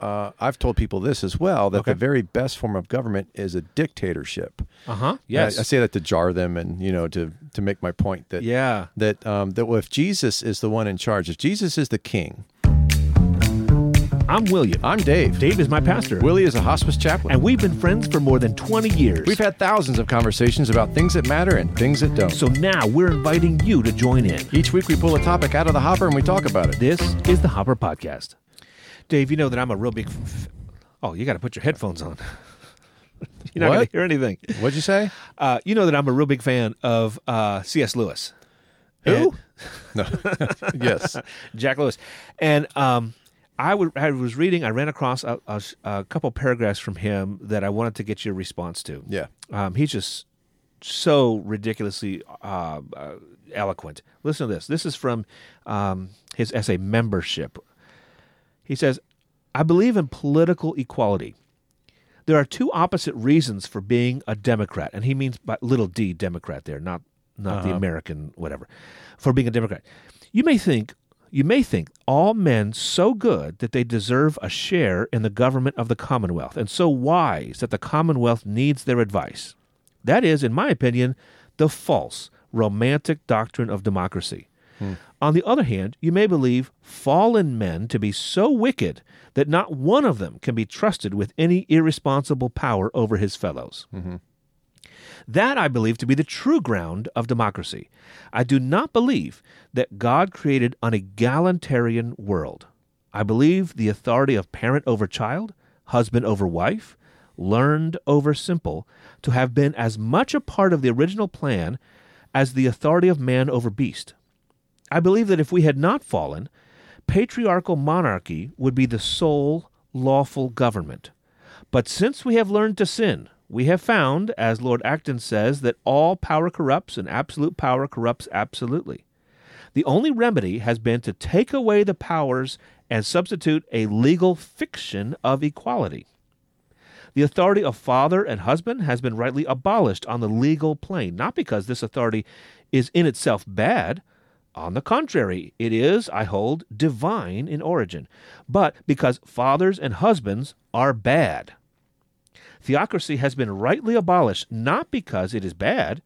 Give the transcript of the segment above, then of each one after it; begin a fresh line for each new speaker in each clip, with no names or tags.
uh, I've told people this as well that
Okay.
the very best form of government is a dictatorship.
Uh huh.
And I-
Yes.
I, say that to jar them and you know to to make my point that
yeah.
that um, that well, if Jesus is the one in charge, if Jesus is the king,
I'm William.
I'm Dave.
Dave is my pastor.
Willie is a hospice chaplain.
And we've been friends for more than 20 years.
We've had thousands of conversations about things that matter and things that don't.
so now we're inviting you to join in.
Each week we pull a topic out of the hopper and we talk about it.
This is the Hopper Podcast. Dave, you know that I'm a real big. F- oh, you got to put your headphones on. You're not going
What?
to hear anything.
What'd you say?
Uh, you know that I'm a real big fan of uh, C.S. Lewis.
Who?
And-
No. yes.
Jack Lewis. And um, I, would, I was reading, I ran across a, a, a couple paragraphs from him that I wanted to get your response to.
Yeah.
Um, he's just so ridiculously uh, uh, eloquent. Listen to this. This is from um, his essay, Membership. He says, I believe in political equality. There are two opposite reasons for being a Democrat, and he means by little d Democrat there, not not the American whatever, for being a Democrat. You may think you may think all men so good that they deserve a share in the government of the Commonwealth, and so wise that the Commonwealth needs their advice. That is, in my opinion, the false romantic doctrine of democracy. On the other hand, you may believe fallen men to be so wicked that not one of them can be trusted with any irresponsible power over his fellows. That I believe to be the true ground of democracy. I do not believe that God created an egalitarian world. I believe the authority of parent over child, husband over wife, learned over simple, to have been as much a part of the original plan as the authority of man over beast. I believe that if we had not fallen, patriarchal monarchy would be the sole lawful government. But since we have learned to sin, we have found, as Lord Acton says, that all power corrupts and absolute power corrupts absolutely. The only remedy has been to take away the powers and substitute a legal fiction of equality. The authority of father and husband has been rightly abolished on the legal plane, not because this authority is in itself bad. On the contrary, it is, I hold, divine in origin, but because fathers and husbands are bad. Theocracy has been rightly abolished not because it is bad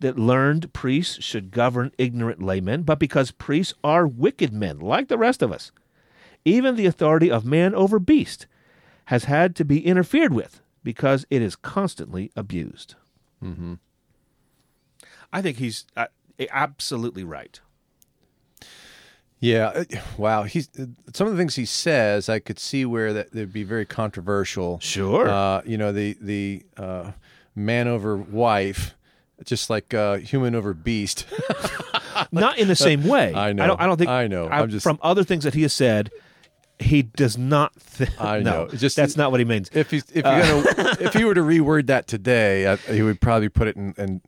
that learned priests should govern ignorant laymen, but because priests are wicked men like the rest of us. Even the authority of man over beast has had to be interfered with because it is constantly abused. Mm-hmm. I think he's uh, absolutely right.
Yeah. uh, Wow. He's uh, some of the things he says. I could see where that would be very controversial.
Sure.
Uh, you know the the uh, man over wife, just like uh, human over beast.
Not in the same way.
I know.
I don't, I don't think.
I know. I'm just-
from other things that he has said, he does not. Th-
I
no,
know. Just-
that's not what he means.
If he's if you
Uh.
gonna, if he were to reword that today, I, he would probably put it in, in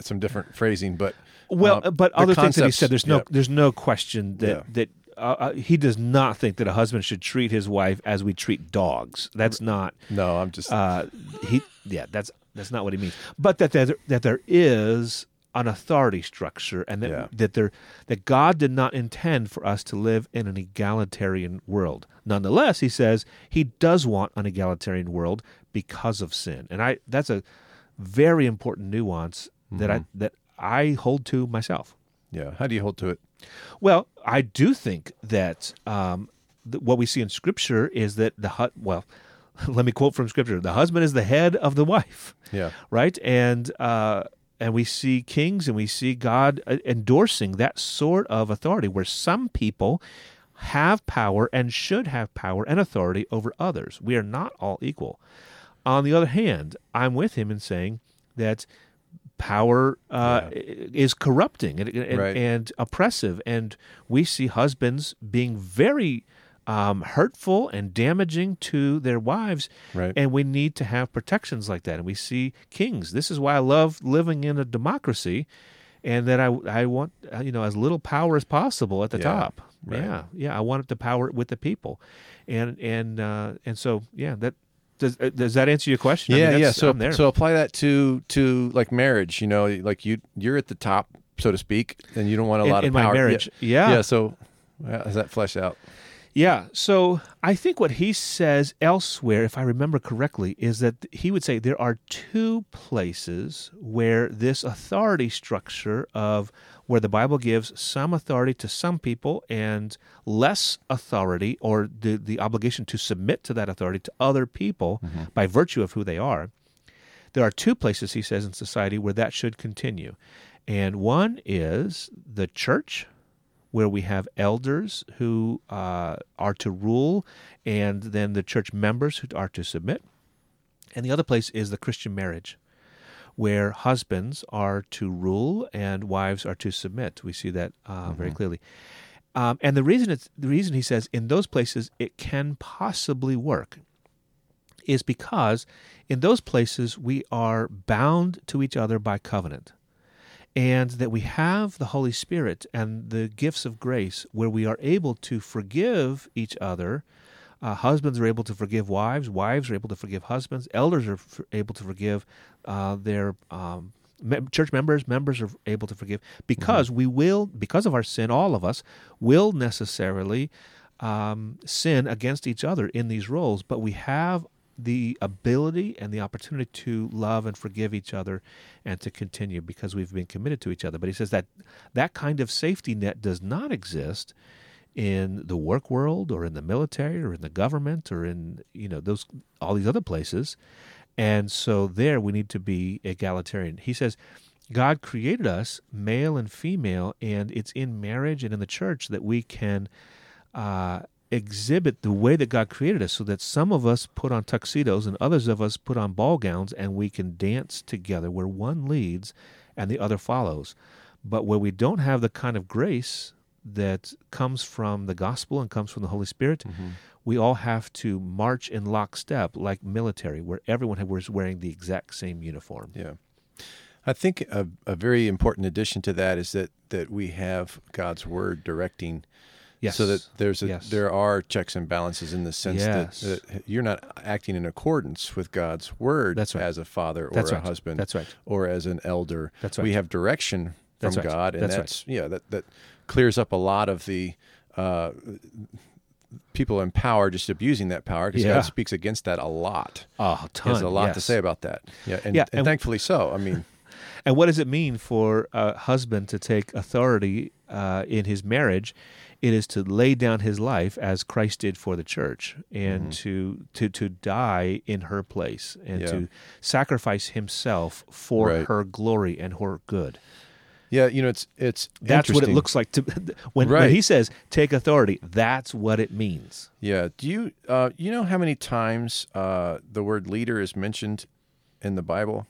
some different phrasing. But
Well,
uh,
but
the
other things that he
concepts-
said, there's no,
yeah.
there's no question that
Yeah.
that uh, uh, he does not think that a husband should treat his wife as we treat dogs. That's not.
No, I'm just
Uh, he, yeah, that's that's not what he means. But that there, that there is an authority structure, and that
Yeah.
that there that God did not intend for us to live in an egalitarian world. Nonetheless, he says he does want an egalitarian world because of sin, and I that's a very important nuance that I that I hold to myself.
yeah. How do you hold to it?
Well, I do think that um, th- what we see in Scripture is that the hut. Well, let me quote from Scripture: the husband is the head of the wife,
Yeah.
right? And uh, and we see kings and we see God uh, endorsing that sort of authority, where some people have power and should have power and authority over others. We are not all equal. On the other hand, I'm with him in saying that power uh, is corrupting and, and,
Right.
and oppressive. And we see husbands being very um, hurtful and damaging to their wives.
Right.
And we need to have protections like that. And we see kings. This is why I love living in a democracy. And that I, I want uh, you know as little power as possible at the
Yeah.
top.
Right.
Yeah, yeah. I want it to power it with the people, and and uh, and so yeah. That does uh, does that answer your question? I mean,
yeah, yeah.
that's-
So
I'm there.
so apply that to to like marriage. You know, like you you're at the top, so to speak, and you don't want a
In-
lot
in
of
my
power.
marriage.
yeah.
Yeah.
So how does that flesh out?
Yeah. So I think what he says elsewhere, if I remember correctly, is that he would say there are two places where this authority structure of where the Bible gives some authority to some people and less authority or the, the obligation to submit to that authority to other people by virtue of who they are. There are two places, he says, in society where that should continue. And one is the church, where we have elders who uh, are to rule, and then the church members who are to submit. And the other place is the Christian marriage, where husbands are to rule and wives are to submit. We see that uh, very clearly. Um, and the reason it's the reason he says in those places it can possibly work is because in those places we are bound to each other by covenant and that we have the Holy Spirit and the gifts of grace where we are able to forgive each other. Uh, husbands are able to forgive wives, wives are able to forgive husbands, elders are f- able to forgive uh, their um, mem- church members, members are able to forgive because we will, because of our sin, all of us will necessarily um, sin against each other in these roles, but we have the ability and the opportunity to love and forgive each other and to continue because we've been committed to each other. But he says that that kind of safety net does not exist in the work world or in the military or in the government or in you know those all these other places. And so there we need to be egalitarian. He says God created us male and female and it's in marriage and in the church that we can uh, exhibit the way that God created us so that some of us put on tuxedos and others of us put on ball gowns and we can dance together where one leads and the other follows. But where we don't have the kind of grace that comes from the gospel and comes from the Holy Spirit,
Mm-hmm.
we all have to march in lockstep like military, where everyone was wearing the exact same uniform.
Yeah. I think a, a very important addition to that is that that we have God's word directing
Yes.
so that there's a,
Yes.
there are checks and balances in the sense
Yes.
that, that you're not acting in accordance with God's word
That's right.
as a father or
That's
a
right.
husband
That's right.
or as an elder.
That's
We
right.
have direction from
That's right.
God and
That's right.
that's yeah that that clears up a lot of the uh, people in power just abusing that power because
Yeah.
God speaks against that a lot.
Oh, a
He
ton.
has a lot to
yes.
say about that. Yeah, and,
Yeah,
and
and-
thankfully so. I mean,
And what does it mean for a husband to take authority uh, in his marriage? It is to lay down his life as Christ did for the church, and
Mm-hmm.
to to to die in her place, and
Yeah.
to sacrifice himself for
Right.
her glory and her good.
yeah, you know, it's it's
That's what it
interesting.
looks like to when,
Right.
when he says take authority. That's what it means.
Yeah. Do you uh, you know how many times uh, the word leader is mentioned in the Bible?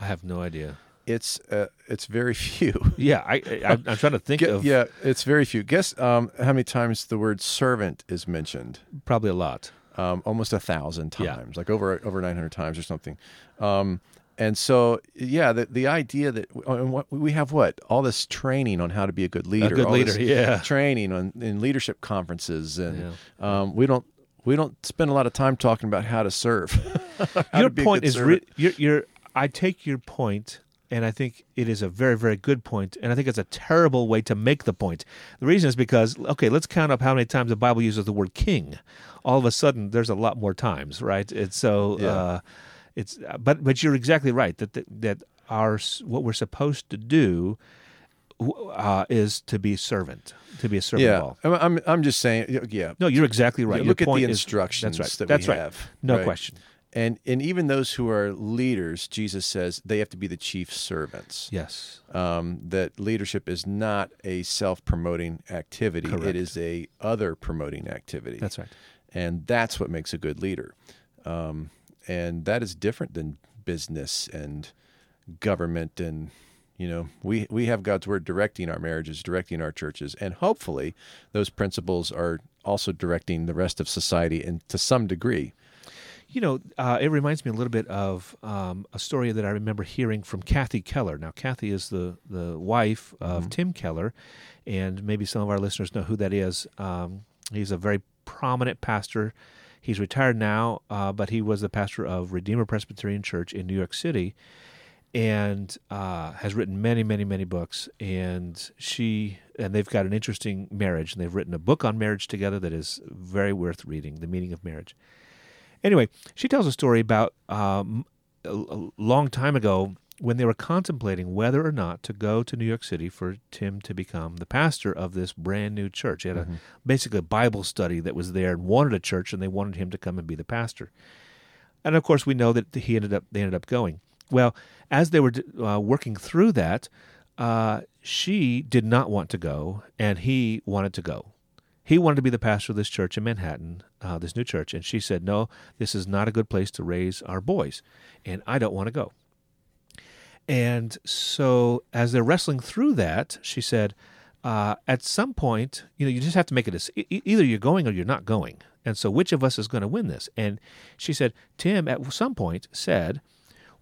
I have no idea.
It's uh, it's very few.
Yeah, I, I I'm trying to think
Gu-
of
yeah, it's very few. Guess um, how many times the word servant is mentioned?
probably a lot.
Um, almost a thousand
Yeah.
times, like over over nine hundred times or something. Um, and so, yeah, the, the idea that and what, we have what all this training on how to be a good leader,
good
all
leader,
this
yeah.
training on in leadership conferences, and um, we don't we don't spend a lot of time talking about how to serve. How
your
to be a
point
good
is
servant.
re- your your I take your point and I think it is a very very good point and I think it's a terrible way to make the point. The reason is because okay, let's count up how many times the Bible uses the word king. All of a sudden there's a lot more times, right? It's so uh it's but but you're exactly right that that, that our s- what we're supposed to do w- uh, is to be servant, to be a servant
yeah,
of all.
I'm, I'm I'm just saying. y- Yeah,
No, you're exactly right.
Yeah,
Your
look at the
point is-
instructions
that's
that
right.
we
that's right.
have,
No
right?
question.
and and even those who are leaders, Jesus says they have to be the chief servants.
Yes.
Um, that leadership is not a self-promoting activity; it
Correct.
is a other-promoting activity.
That's right.
and that's what makes a good leader. Um, and that is different than business and government and you know we we have God's word directing our marriages, directing our churches, and hopefully those principles are also directing the rest of society and to some degree.
You know, uh, it reminds me a little bit of um, a story that I remember hearing from Kathy Keller. Now, Kathy is the, the wife of Tim Keller, and maybe some of our listeners know who that is. Um, he's a very prominent pastor. He's retired now, uh, but he was the pastor of Redeemer Presbyterian Church in New York City. and uh, has written many, many, many books. And she and they've got an interesting marriage, and they've written a book on marriage together that is very worth reading. The meaning of marriage. Anyway, she tells a story about um, a, a long time ago when they were contemplating whether or not to go to New York City for Tim to become the pastor of this brand new church. He had a, basically a Bible study that was there and wanted a church, and they wanted him to come and be the pastor. And of course, we know that he ended up they ended up going. Well, as they were uh, working through that, uh, she did not want to go, and he wanted to go. He wanted to be the pastor of this church in Manhattan, uh, this new church, and she said, "No, this is not a good place to raise our boys, and I don't want to go." And so, as they're wrestling through that, she said, uh, "At some point, you know, you just have to make it. E- e- either you're going or you're not going. And so, which of us is going to win this?" And she said, "Tim, at some point, said."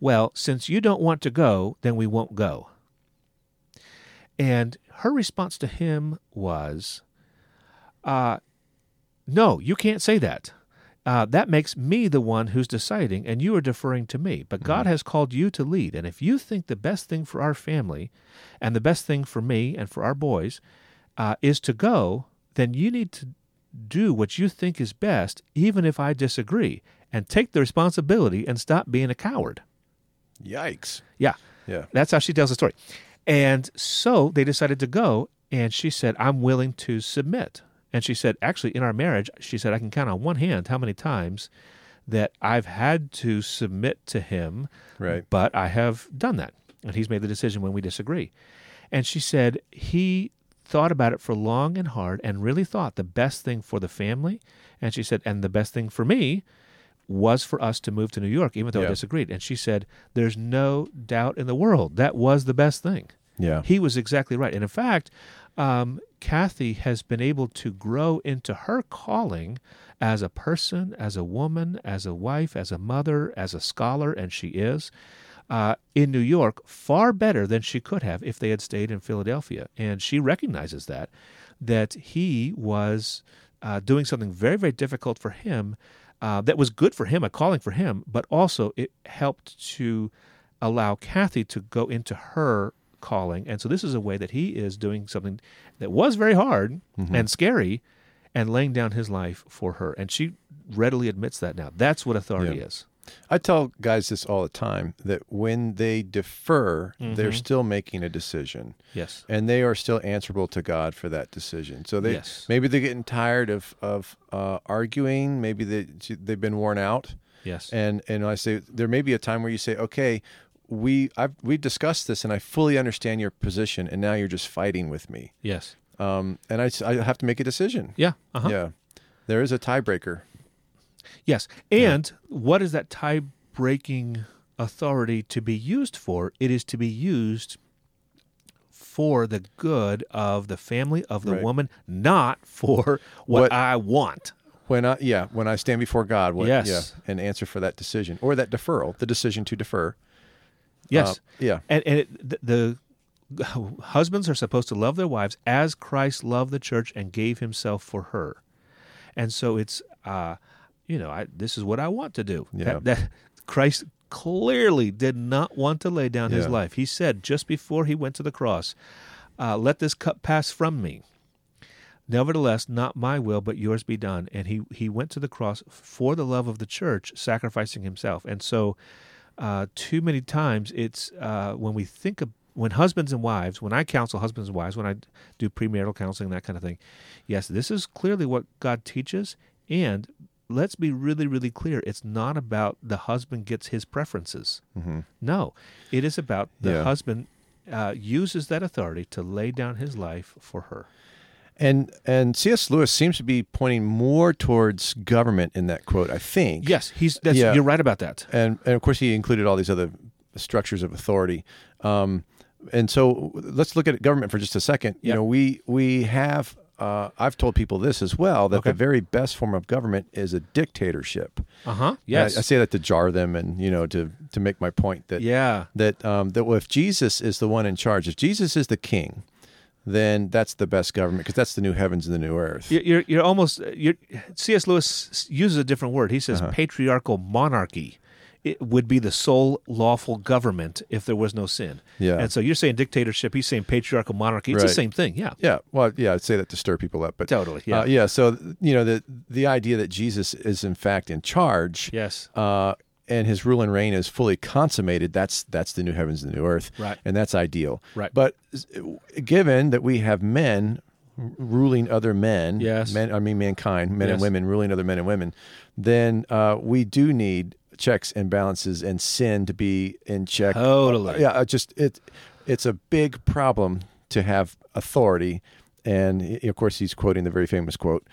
Well, since you don't want to go, then we won't go. And her response to him was, uh, No, you can't say that. Uh, that makes me the one who's deciding, and you are deferring to me. But God has called you to lead. And if you think the best thing for our family and the best thing for me and for our boys uh, is to go, then you need to do what you think is best, even if I disagree, and take the responsibility and stop being a coward.
Yikes.
Yeah.
Yeah.
That's how she tells the story. And so they decided to go, and she said, I'm willing to submit. And she said, actually, in our marriage, she said, I can count on one hand how many times that I've had to submit to him,
Right.
but I have done that. And he's made the decision when we disagree. And she said, he thought about it for long and hard and really thought the best thing for the family. And she said, and the best thing for me was for us to move to New York, even though I
Yeah.
disagreed. And she said, There's no doubt in the world that was the best thing.
Yeah.
He was exactly right. And in fact, um, Kathy has been able to grow into her calling as a person, as a woman, as a wife, as a mother, as a scholar, and she is uh, in New York far better than she could have if they had stayed in Philadelphia. And she recognizes that, that he was uh, doing something very, very difficult for him uh, that was good for him, a calling for him, but also it helped to allow Kathy to go into her calling. And so this is a way that he is doing something that was very hard
Mm-hmm.
and scary and laying down his life for her. And she readily admits that now. That's what authority
Yeah.
is.
I tell guys this all the time that when they defer,
Mm-hmm.
they're still making a decision
Yes.
and they are still answerable to God for that decision. So they
Yes.
maybe they're getting tired of of uh, arguing, maybe they they've been worn out.
Yes.
And and I say there may be a time where you say, "Okay, we I've we've discussed this and I fully understand your position and now you're just fighting with me."
yes.
Um, and I, s- I have to make a decision.
Yeah. Uh-huh.
Yeah. There is a tiebreaker.
Yes. And what is that tie breaking authority to be used for? It is to be used for the good of the family of the
Right.
woman, not for what,
What-
I want.
When I yeah, when I stand before God, what,
Yes.
yeah, and answer for that decision or that deferral, the decision to defer.
Yes.
Uh, yeah.
and and it, th- the, the husbands are supposed to love their wives as Christ loved the church and gave himself for her. And so it's uh you know, I this is what I want to do.
Yeah.
That, that Christ clearly did not want to lay down his
Yeah.
life. He said just before he went to the cross, uh, let this cup pass from me. Nevertheless, not my will, but yours be done. And he, he went to the cross for the love of the church, sacrificing himself. And so, uh, too many times, it's uh, when we think of when husbands and wives, when I counsel husbands and wives, when I do premarital counseling, that kind of thing, yes, this is clearly what God teaches. And let's be really, really clear it's not about the husband gets his preferences. No, it is about the
Yeah.
husband uh, uses that authority to lay down his life for her.
And and C.S. Lewis seems to be pointing more towards government in that quote, I think.
Yes, he's. That's,
Yeah.
You're right about that.
And and of course he included all these other structures of authority. Um, and so let's look at government for just a second. You
Yeah.
know, we we have uh, I've told people this as well that the very best form of government is a dictatorship.
Uh huh.
And I-
Yes.
I, say that to jar them and you know to to make my point that
yeah.
that um, that well, if Jesus is the one in charge, if Jesus is the king, then that's the best government because that's the new heavens and the new earth.
You're, you're
Uh-huh.
you're almost. You're, C.S. Lewis uses a different word. He says patriarchal monarchy it would be the sole lawful government if there was no sin.
Yeah.
And so you're saying dictatorship, he's saying patriarchal monarchy. It's the
Right.
same thing. Yeah.
Yeah, well, yeah, I'd say that to stir people up, but
Totally. Yeah.
yeah, uh, yeah. So you know the the idea that Jesus is in fact in charge,
yes.
uh, and his rule and reign is fully consummated. That's that's the new heavens and the new earth,
Right.
And that's ideal,
Right.
But s- given that we have men r- ruling other men,
Yes.
men, I mean mankind, men
Yes.
and women ruling other men and women, then uh, we do need checks and balances and sin to be in check
Totally.
yeah, I just it it's a big problem to have authority, and i- of course he's quoting the very famous quote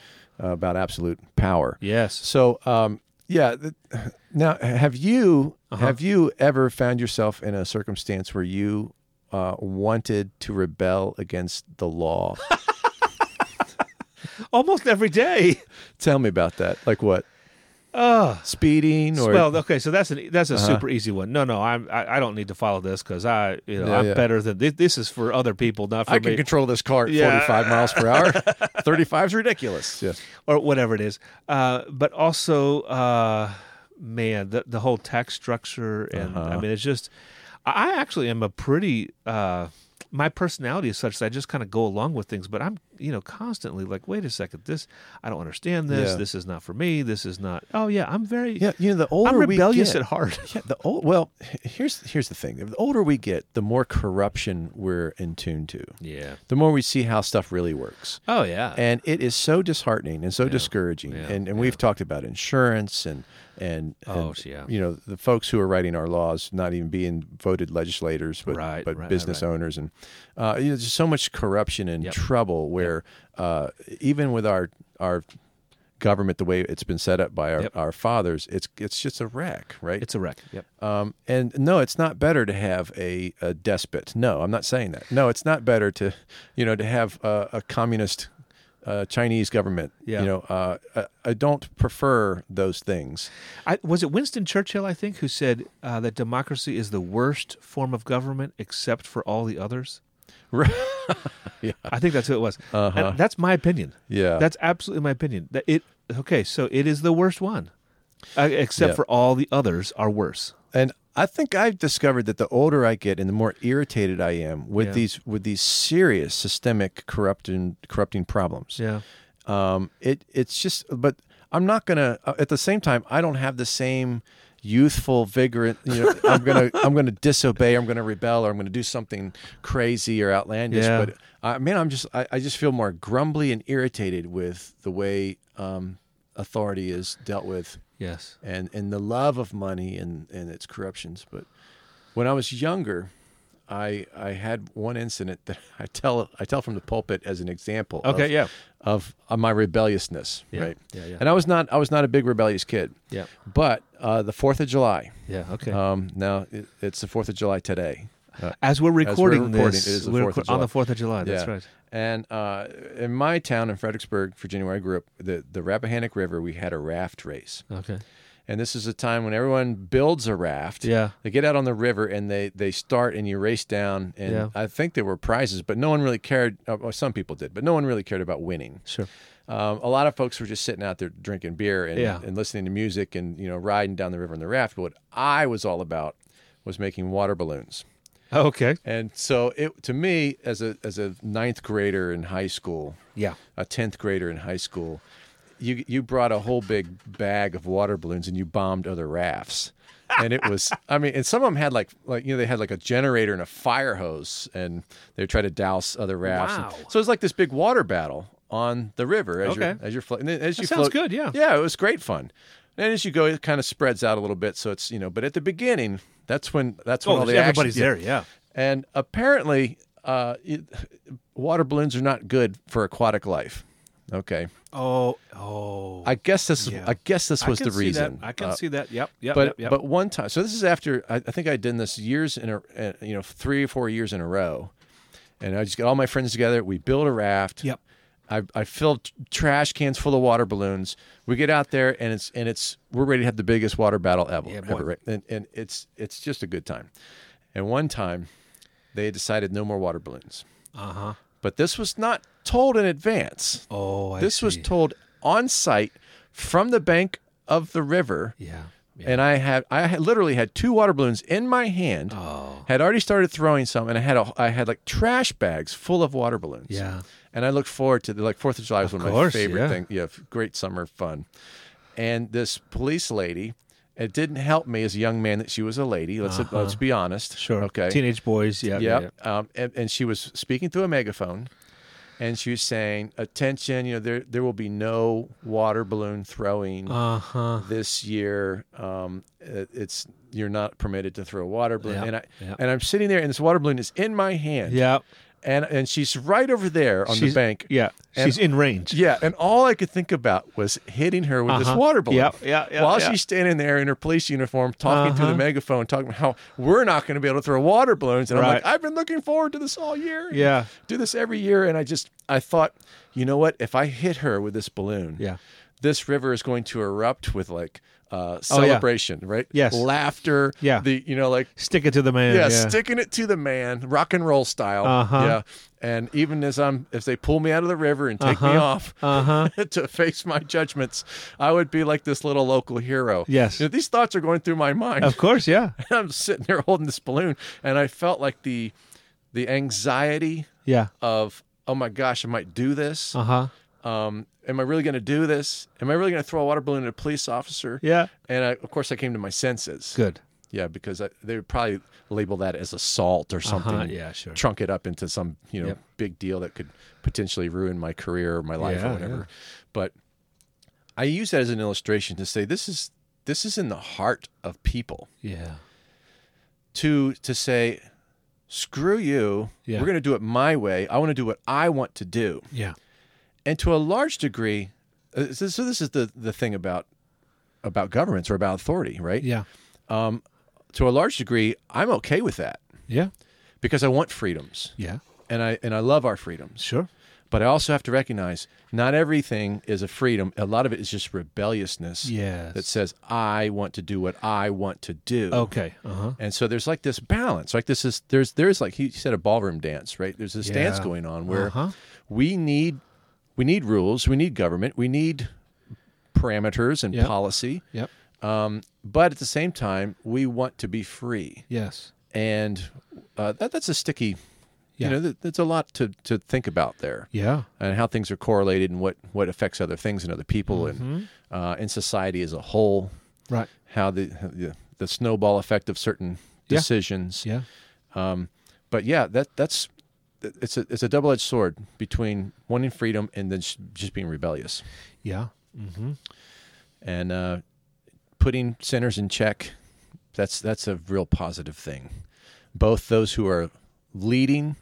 uh, about absolute power.
Yes.
So um, yeah, th- now have you have you ever found yourself in a circumstance where you uh, wanted to rebel against the law?
Almost every day.
Tell me about that. Like what?
Oh.
Speeding or
Well, okay, so that's an
Uh-huh.
that's a super easy one. No, no, I'm, I I don't need to follow this because I you know
Yeah,
I'm
yeah.
better than this. This is for other people, not for
I
me.
can control this car at
Yeah.
45 miles per hour. 35 is ridiculous. Yeah.
or whatever it is. Uh, but also, uh, man, the the whole tax structure, and
Uh-huh.
I mean, it's just. I I actually am a pretty. Uh, my personality is such that I just kind of go along with things, but I'm, you know, constantly like, wait a second, this I don't understand this.
Yeah.
This is not for me. This is not. Oh yeah, I'm very.
Yeah, you know the older
I'm
we
rebellious
get,
at heart.
Yeah, the old well, h- here's here's the thing. The older we get, the more corruption we're in tune to.
yeah.
The more we see how stuff really works.
Oh yeah.
And it is so disheartening and so discouraging.
Yeah.
And and we've talked about insurance and and,
Oh,
and,
yeah.
you know, the folks who are writing our laws not even being voted legislators but
Right,
but
right, right,
business
right.
owners and uh, you know, there's so much corruption and
Yep.
trouble where uh, even with our our government the way it's been set up by our,
Yep.
our fathers, it's it's just a wreck, right?
it's a wreck. Yep.
Um, and no, it's not better to have a, a despot. No, I'm not saying that. No, it's not better to, you know, to have a, a communist uh, Chinese government.
Yeah.
You know, uh, I, I don't prefer those things.
I, was it Winston Churchill, I think, who said uh, that democracy is the worst form of government except for all the others?
Right.
I think that's who it was. And that's my opinion.
Uh-huh. Yeah.
That's absolutely my opinion. That it okay, so it is the worst one, uh, except
Yeah.
for all the others are worse.
and I think I've discovered that the older I get and the more irritated I am with
Yeah.
these with these serious systemic corrupting corrupting problems.
Yeah,
Um, it it's just, but I'm not gonna. uh, At the same time, I don't have the same youthful vigorant. You know, I'm gonna I'm gonna disobey. Or I'm gonna rebel, or I'm gonna do something crazy or outlandish.
Yeah.
But I mean, I'm just I, I just feel more grumbly and irritated with the way um, authority is dealt with,
yes,
and and the love of money and and its corruptions. But when I was younger. I, I had one incident that I tell I tell from the pulpit as an example. of-
okay, yeah,
of uh, my rebelliousness,
Yeah.
right?
Yeah, yeah.
And I was not I was not a big rebellious kid,
yeah,
but uh, the Fourth of July.
yeah, okay.
Um, now it, it's the Fourth of July today. Uh,
as we're recording
recording,
this,
it is the
we're
4th of
recor- on
July.
the Fourth of July. That's
yeah.
right.
And uh, in my town in Fredericksburg, Virginia, where I grew up, the the Rappahannock River, we had a raft race,
Okay,
and this is a time when everyone builds a raft.
yeah,
They get out on the river and they, they start and you race down and
Yeah.
I think there were prizes, but no one really cared. Uh, well, some people did, but no one really cared about winning.
sure.
Um, a lot of folks were just sitting out there drinking beer and,
Yeah.
and listening to music and you know riding down the river in the raft. But what I was all about was making water balloons,
Okay,
and so it to me as a as a ninth grader in high school,
yeah,
a tenth grader in high school, you you brought a whole big bag of water balloons and you bombed other rafts, and it was I mean, and some of them had like like you know they had like a generator and a fire hose, and they tried to douse other rafts.
Wow.
so it was like this big water battle on the river as
Okay.
you're as you're floating. As you
sounds
float,
good, yeah.
yeah, it was great fun. And as you go, it kind of spreads out a little bit, so it's you know. But at the beginning, that's when that's when all the action-
Oh, everybody's there. Yeah,
and apparently, uh, it, water balloons are not good for aquatic life. Okay,
Oh, oh.
I guess this.
Yeah.
I guess this was
I
the
can see that.
reason.
I can
Uh,
see that. Yep. Yep.
but
yep, yep.
but one time, so this is after I, I think I did this years in a uh, you know three or four years in a row, and I just got all my friends together. We build a raft.
Yep.
I, I filled t- trash cans full of water balloons. We get out there and it's and it's we're ready to have the biggest water battle ever.
Yeah, boy.
ever right? and, and it's it's just a good time. And one time, they decided no more water balloons.
uh huh.
But this was not told in advance.
Oh, I
this was
see.
told on site from the bank of the river
yeah.
And I had I had literally had two water balloons in my hand.
Oh.
Had already started throwing some, and I had a I had like trash bags full of water balloons.
Yeah.
And I looked forward to the like Fourth of July was one of my
course,
favorite
yeah.
things. Yeah, f- great summer fun. And this police lady, it didn't help me as a young man that she was a lady. Let's let's be honest.
Uh-huh. Sure.
Okay.
Teenage boys. Yeah.
Yeah. Um, and, and she was speaking through a megaphone, and she was saying, "Attention! You know there there will be no water balloon throwing
Uh huh.
this year. Um, it- it's you're not permitted to throw a water balloon."
Yeah.
And I
Yeah.
and I'm sitting there, and this water balloon is in my hand.
Yeah.
And and she's right over there on
She's-
the bank.
Yeah.
And-
She's in range.
Yeah, and all I could think about was hitting her with this
Uh-huh.
water balloon.
Yep, Uh-huh. yeah, yeah,
While
yeah.
she's standing there in her police uniform, talking through the megaphone, talking about how we're not going to be able to throw water balloons, and I'm like,
Right.
I've been looking forward to this all year.
Yeah.
do this every year, and I just I thought, you know what? If I hit her with this balloon,
Yeah.
this river is going to erupt with like uh, celebration, right?
Oh, Yes.
laughter.
Yeah.
the you know like
Stick it to the man.
yeah, sticking it to the man, rock and roll style.
Uh-huh.
Yeah, and even as I'm, if they pull me out of the river and take me
Uh-huh.
off to face my judgments, I would be like this little local hero.
Yes.
You know, these thoughts are going through my mind.
Of course. Yeah.
I'm sitting there holding this balloon, and I felt like the the anxiety
Yeah.
of oh my gosh, I might do this.
Uh huh.
Um, am I really going to do this? Am I really going to throw a water balloon at a police officer?
Yeah.
And I, of course, I came to my senses.
Good.
Yeah, because I, they would probably label that as assault
Uh-huh.
or something.
yeah, sure.
Trunk it up into some you know
Yep.
big deal that could potentially ruin my career or my life
Yeah,
or whatever. But I use that as an illustration to say this is this is in the heart of people
Yeah.
to to say screw you
Yeah.
we're going to do it my way i want to do what i want to do
Yeah.
and to a large degree uh, so, so this is the the thing about about governments or about authority right
Yeah.
to a large degree i'm okay with that
Yeah.
because I want freedoms
Yeah.
and I and I love our freedoms.
Sure.
But I also have to recognize not everything is a freedom. A lot of it is just rebelliousness
Yes.
that says I want to do what I want to do.
okay. Uh huh.
And so there's like this balance. Like this is there's there's like he said a ballroom dance, right? There's this dance
Yeah.
going on where
Uh-huh.
we need we need rules, we need government, we need parameters and
Yep.
policy.
Yep.
Um, but at the same time, we want to be free
Yes.
and uh, that that's a sticky.
Yeah.
You know, that, that's a lot to to think about there,
Yeah.
and how things are correlated, and what what affects other things and other people, and uh, in society as a whole,
Right.
how the how the, the snowball effect of certain
Yeah.
decisions.
Yeah.
But yeah, that that's it's a it's a double edged sword between wanting freedom and then sh- just being rebellious
Yeah.
and uh, putting sinners in check. That's that's a real positive thing. Both those who are leading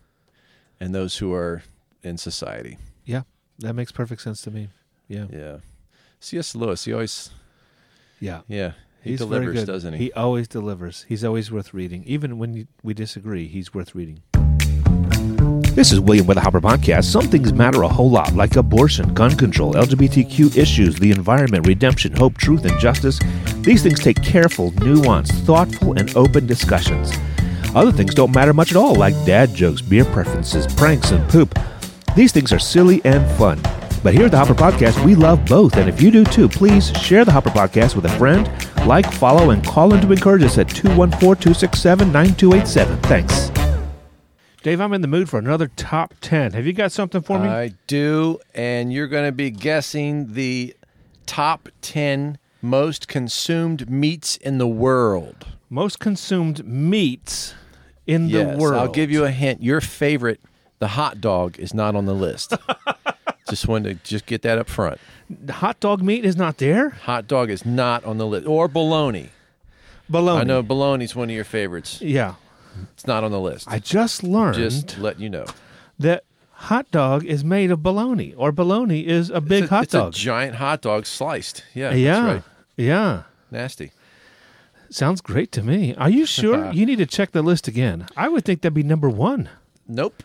and those who are in society.
Yeah. That makes perfect sense to me. Yeah.
Yeah. C.S. Lewis, he always
Yeah.
yeah he
He's very
delivers,
good.
doesn't he?
He always delivers. He's always worth reading. Even when you, we disagree, he's worth reading. This is William with a Hopper Podcast. Some things matter a whole lot, like abortion, gun control, LGBTQ issues, the environment, redemption, hope, truth, and justice. These things take careful, nuanced, thoughtful, and open discussions. Other things don't matter much at all, like dad jokes, beer preferences, pranks, and poop. These things are silly and fun. But here at the Hopper Podcast, we love both. And if you do too, please share the Hopper Podcast with a friend, like, follow, and call in to encourage us at 214 267 9287. Thanks. Dave, I'm in the mood for another top 10. Have you got something for me?
I do, and you're going to be guessing the top ten most consumed meats in the world.
Most consumed meats in
Yes,
the world.
I'll give you a hint. Your favorite, the hot dog, is not on the list. just wanted to just get that up front.
Hot dog meat is not there?
Hot dog is not on the list, or bologna.
Bologna.
I know bologna's one of your favorites.
Yeah.
It's not on the list.
I just learned
just let you know.
that hot dog is made of bologna, or bologna is a big
It's a-
hot
it's
dog.
a giant hot dog sliced. Yeah,
yeah.
that's right.
Yeah.
Nasty.
Sounds great to me. Are you sure? you need to check the list again. I would think that'd be number one.
Nope.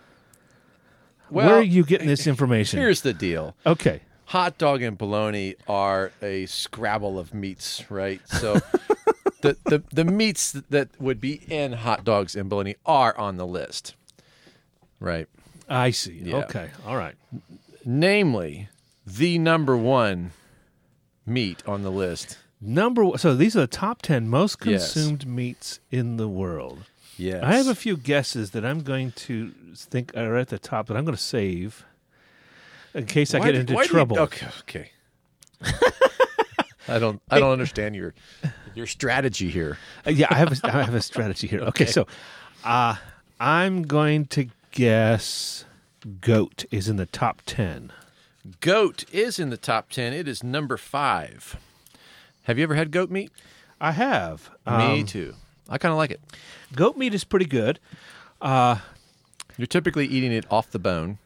Where
Well,
are you getting this information?
here's the deal.
Okay.
hot dog and bologna are a scrabble of meats, right? So the, the the meats that would be in hot dogs and bologna are on the list. Right.
I see.
Yeah.
Okay. All right.
Namely, the number one meat on the list
Number one, so these are the top 10 most
Yes.
consumed meats in the world.
Yes.
I have a few guesses that I'm going to think are at the top that I'm going to save in case I
Why
get
do-
into
why do you-
trouble.
okay. okay. I don't. I don't understand your your strategy here.
Uh, yeah, I have a, I have a strategy here. Okay, so uh, I'm going to guess goat is in the top 10.
Goat is in the top ten. It is number five. Have you ever had goat meat?
I have.
Me
Um,
too. I kind of like it.
Goat meat is pretty good.
You're typically eating it off the bone.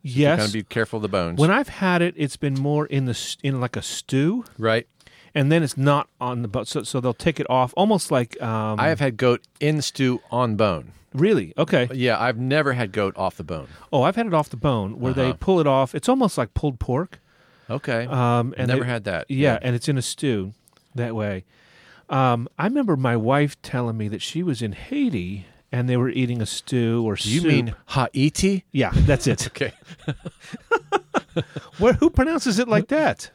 Yes.
Kind of be careful of the bones,
when I've had it, it's been more in the s- in like a stew,
right?
and then it's not on the bone. So, so they'll take it off, almost like um,
I have had goat in stew on bone.
really okay.
Yeah, I've never had goat off the bone.
Oh, I've had it off the bone where
Uh-huh.
they pull it off. It's almost like pulled pork.
Okay.
Um, and
never
they-
had that.
Yeah, and it's in a stew that way. Um, I remember my wife telling me that she was in Haiti and they were eating a stew or
Do you
soup.
mean Haiti?
yeah? That's it.
Okay.
Where, who pronounces it like that?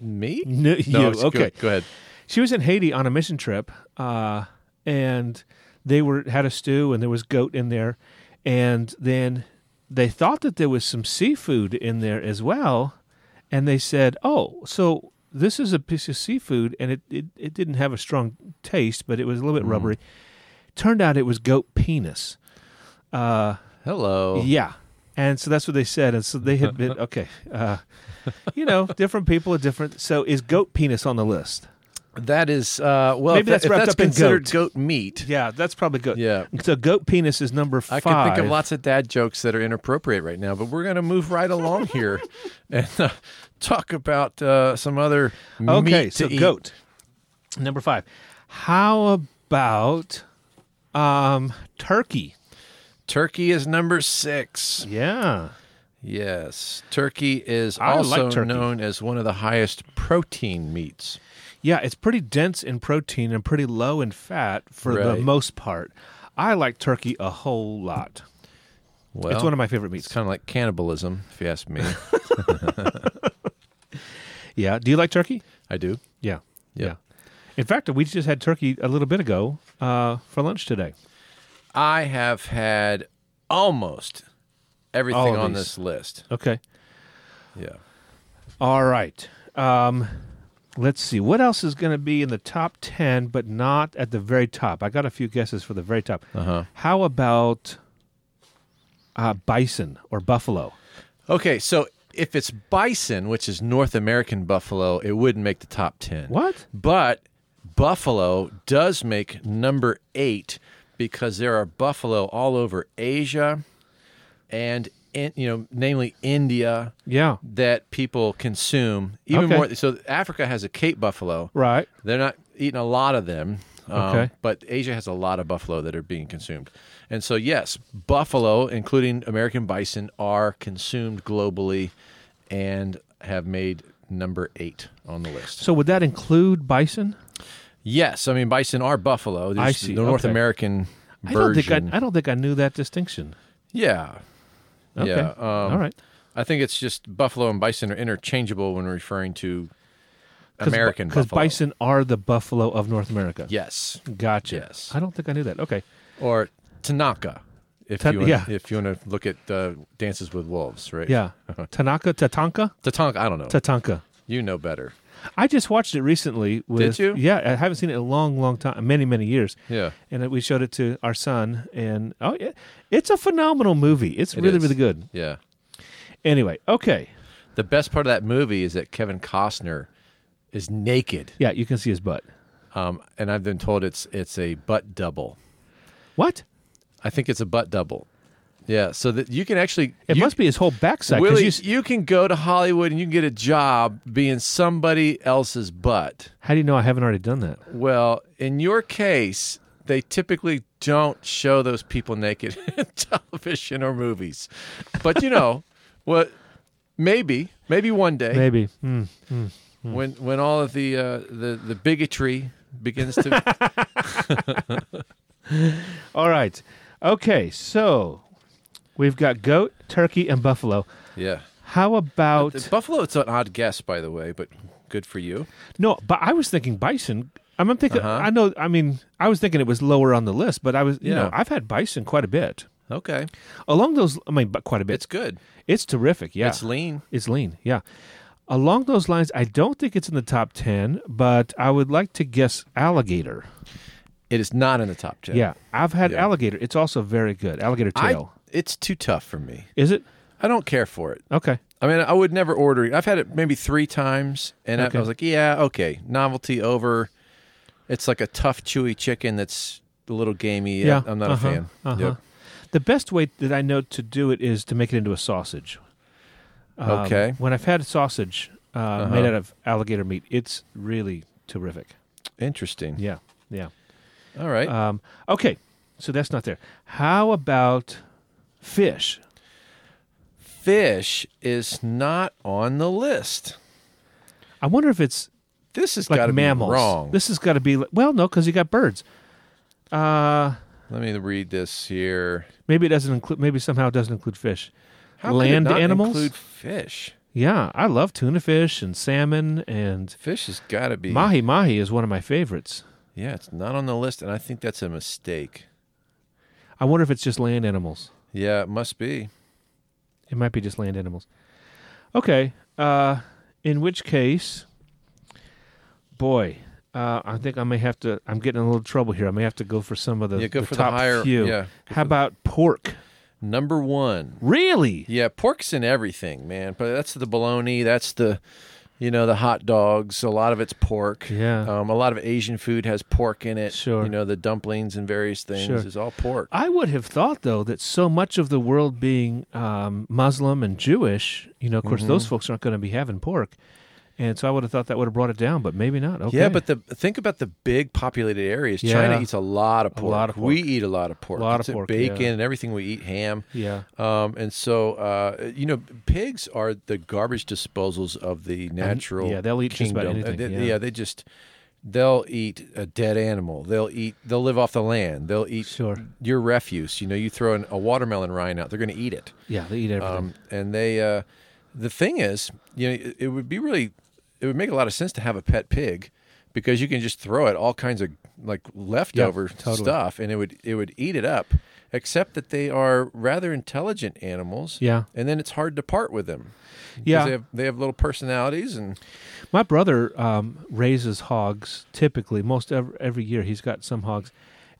Me?
No, you.
it's-
okay.
Go, go ahead.
She was in Haiti on a mission trip, uh, and they were had a stew and there was goat in there, and then they thought that there was some seafood in there as well, and they said, "Oh, so this is a piece of seafood, and it it, it didn't have a strong taste, but it was a little bit rubbery." Turned out it was goat penis. Uh,
Hello.
yeah. And so that's what they said. And so they had been, okay, uh, you know, different people are different. So is goat penis on the list?
That is uh, well.
Maybe
if
that's
that- if
wrapped
that's
up in
considered goat, meat.
Yeah, that's probably goat.
Yeah.
So goat penis is number
I
five.
can think of lots of dad jokes that are inappropriate right now, but we're going to move right along here and uh, talk about uh, some other
Okay,
meat
so
to eat.
goat. Number five. How about um turkey?
Turkey is number six.
Yeah.
Yes, turkey is
I like
also
turkey.
known as one of the highest protein meats.
Yeah, it's pretty dense in protein and pretty low in fat for the
Right.
most part. I like turkey a whole lot.
Well,
it's one of my favorite meats.
It's kind of like cannibalism, if you ask me.
Yeah. Do you like turkey?
I do.
Yeah.
Yep.
Yeah. In fact, we just had turkey a little bit ago uh, for lunch today.
I have had almost
All
everything
of
on
these.
this list.
Okay.
Yeah.
All right. Um, let's see. What else is going to be in the top 10, but not at the very top? I got a few guesses for the very top.
Uh-huh.
How about uh, bison or buffalo?
Okay, so if it's bison, which is North American buffalo, it wouldn't make the top 10.
What?
But buffalo does make number 8 because there are buffalo all over Asia and in, you know, namely India
Yeah.
that people consume even
Okay.
more so Africa has a Cape buffalo.
Right.
They're not eating a lot of them. Um,
Okay.
But Asia has a lot of buffalo that are being consumed. And so, yes, buffalo, including American bison, are consumed globally and have made number eight on the list.
So would that include bison?
Yes, I mean, bison are buffalo. There's
I see.
The North
Okay.
American
I don't think
version.
I, I don't think I knew that distinction.
yeah.
Okay.
Yeah. Um,
All right.
I think it's just buffalo and bison are interchangeable when referring to
'Cause bu-
American buffalo.
bison are the buffalo of North America.
Yes.
Gotcha.
Yes.
I don't think I knew that. Okay.
or Tanaka, if
Tan-
you wanna,
yeah.
if you want to look at uh, Dances with Wolves, right?
Yeah. Tanaka, Tatanka,
Tatanka. I don't know.
Tatanka.
you know better.
I just watched it recently. With,
you?
Yeah, I haven't seen it in a long, long time, many, many years.
Yeah.
And we showed it to our son, and oh, yeah, it's a phenomenal movie. It's
It
really,
is.
really good.
Yeah.
Anyway, okay,
The best part of that movie is that Kevin Costner is naked,
yeah, you can see his butt.
um, and I've been told it's it's a butt double.
What?
I think it's a butt double. Yeah, so that you can actually
It
you,
must be his whole backside. 'cause
Willie,
you
you,
s-
can go to Hollywood and you can get a job being somebody else's butt.
how do you know I haven't already done that?
Well, in your case, they typically don't show those people naked in television or movies. But you know, what? Maybe, maybe one day
Maybe. Hmm.
when when all of the uh, the the bigotry begins to
All right. Okay, so we've got goat, turkey, and buffalo.
yeah.
How about
Buffalo, it's an odd guess, by the way, but Good for you.
No, but I was thinking bison. I'm, I'm thinking.
Uh-huh.
I know. I mean, I was thinking it was lower on the list, but I was. You know,
Yeah.
I've had bison quite a bit
Okay.
along those. I mean, but quite a bit.
It's good.
It's terrific. Yeah,
It's lean.
It's lean, yeah. Along those lines, I don't think it's in the top 10, but I would like to guess alligator.
It is not in the top 10.
Yeah, I've had
Yeah.
alligator. It's also very good. Alligator
I-
tail.
it's too tough for me.
Is it?
I don't care for it.
Okay.
I mean, I would never order it. I've had it maybe three times, and I-
Okay.
I was like, yeah, okay, novelty over. It's like a tough, chewy chicken that's a little gamey.
Yeah.
I'm not
Uh-huh.
a fan.
Uh-huh.
Yep.
The best way that I know to do it is to make it into a sausage. Um,
Okay. Uh-huh.
When I've had sausage uh, made out of alligator meat, it's really terrific.
Interesting.
Yeah, yeah.
All right.
Um, okay, so that's not there. How about fish?
Fish is not on the list.
I wonder if it's
This has got
like
to be
mammals.
wrong.
This has got to be li- well, no, because you got birds. Uh,
Let me read this here.
maybe it doesn't include. Maybe somehow it doesn't include fish.
How
Land
could it not
animals?
include fish.
Yeah, I love tuna fish and salmon and
Fish has got to be.
mahi mahi is one of my favorites.
Yeah, it's not on the list, and I think that's a mistake.
I wonder if it's just land animals.
Yeah, it must be.
It might be just land animals. Okay. Uh, in which case, boy, uh, I think I may have to. I'm getting in a little trouble here. I may have to go for some of the,
Yeah, go
the
for the
top
higher-
few.
yeah, go
How about pork?
Number one.
Really?
Yeah, pork's in everything, man. But that's the bologna. That's the, you know, the hot dogs. A lot of it's pork.
Yeah.
Um, a lot of Asian food has pork in it.
Sure.
You know, the dumplings and various things
Sure. Ah,
is all pork.
I would have thought, though, that so much of the world being um, Muslim and Jewish, you know, of course,
Mm-hmm.
those folks aren't going to be having pork, and so I would have thought that would have brought it down, but maybe not. Okay.
Yeah, but the think about the big populated areas.
Yeah.
China eats a lot of
A
pork.
lot of pork.
We eat a lot of pork.
Lot of
It's
pork,
Bacon
yeah.
and everything we eat, ham.
yeah,
Um, and so, uh, you know, pigs are the garbage disposals of the natural.
yeah, they'll eat just
kingdom.
about
Uh,
anything,
they-
yeah.
they just they'll eat a dead animal. They'll eat. They'll live off the land. They'll eat
Sure.
your refuse. You know, you throw an, a watermelon rind out, they're going to eat it.
yeah, they eat everything.
Um, and they, uh, the thing is, you know, it, it would be really, it would make a lot of sense to have a pet pig because you can just throw it all kinds of like leftover
totally.
stuff, and it would it would eat it up. Except that they are rather intelligent animals.
Yeah.
and then it's hard to part with them. 'Cause
Yeah.
they have, they have little personalities, and
My brother um, raises hogs typically most every, every year. He's got some hogs,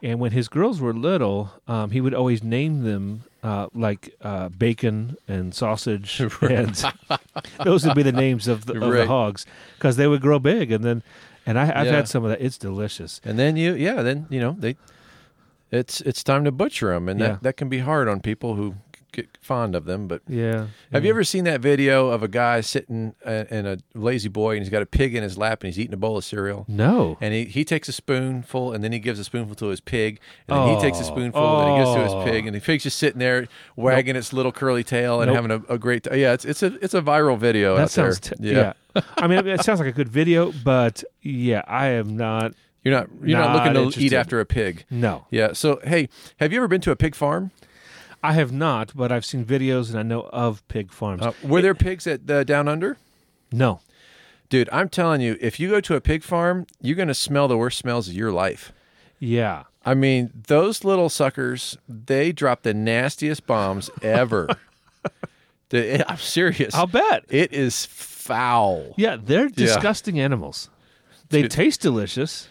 and when his girls were little, um, he would always name them uh, like uh, bacon and sausage, and those would be the names of the, of the
Right.
hogs because they would grow big. And then, and I, I've
Yeah.
had some of that. It's delicious.
and then you yeah then you know they. It's it's time to butcher them, and
Yeah.
that, that can be hard on people who get fond of them. But
Yeah.
Have you ever seen that video of a guy sitting uh, and a lazy boy and he's got a pig in his lap and he's eating a bowl of cereal?
No.
And he, he takes a spoonful and then he gives a spoonful to his pig and then he takes
Oh.
a spoonful and he gives to
Oh.
his pig and the pig's just sitting there wagging its little curly tail and
Nope.
having a, a great t- yeah it's it's a it's a viral video
That
out
sounds.
there
T- yeah. I mean, it sounds like a good video, but yeah, I am not.
you're not you're not,
Not
looking to
interested.
eat after a pig
No.
yeah so hey have you ever been to a pig farm
I have not, but I've seen videos and I know of pig farms.
uh, were there pigs at uh, down under
no.
dude I'm telling you if you go to a pig farm you're gonna smell the worst smells of your life.
Yeah.
I mean, those little suckers, they drop the nastiest bombs ever. The- I'm serious.
I'll bet.
it is foul.
Yeah, they're disgusting animals. They taste delicious,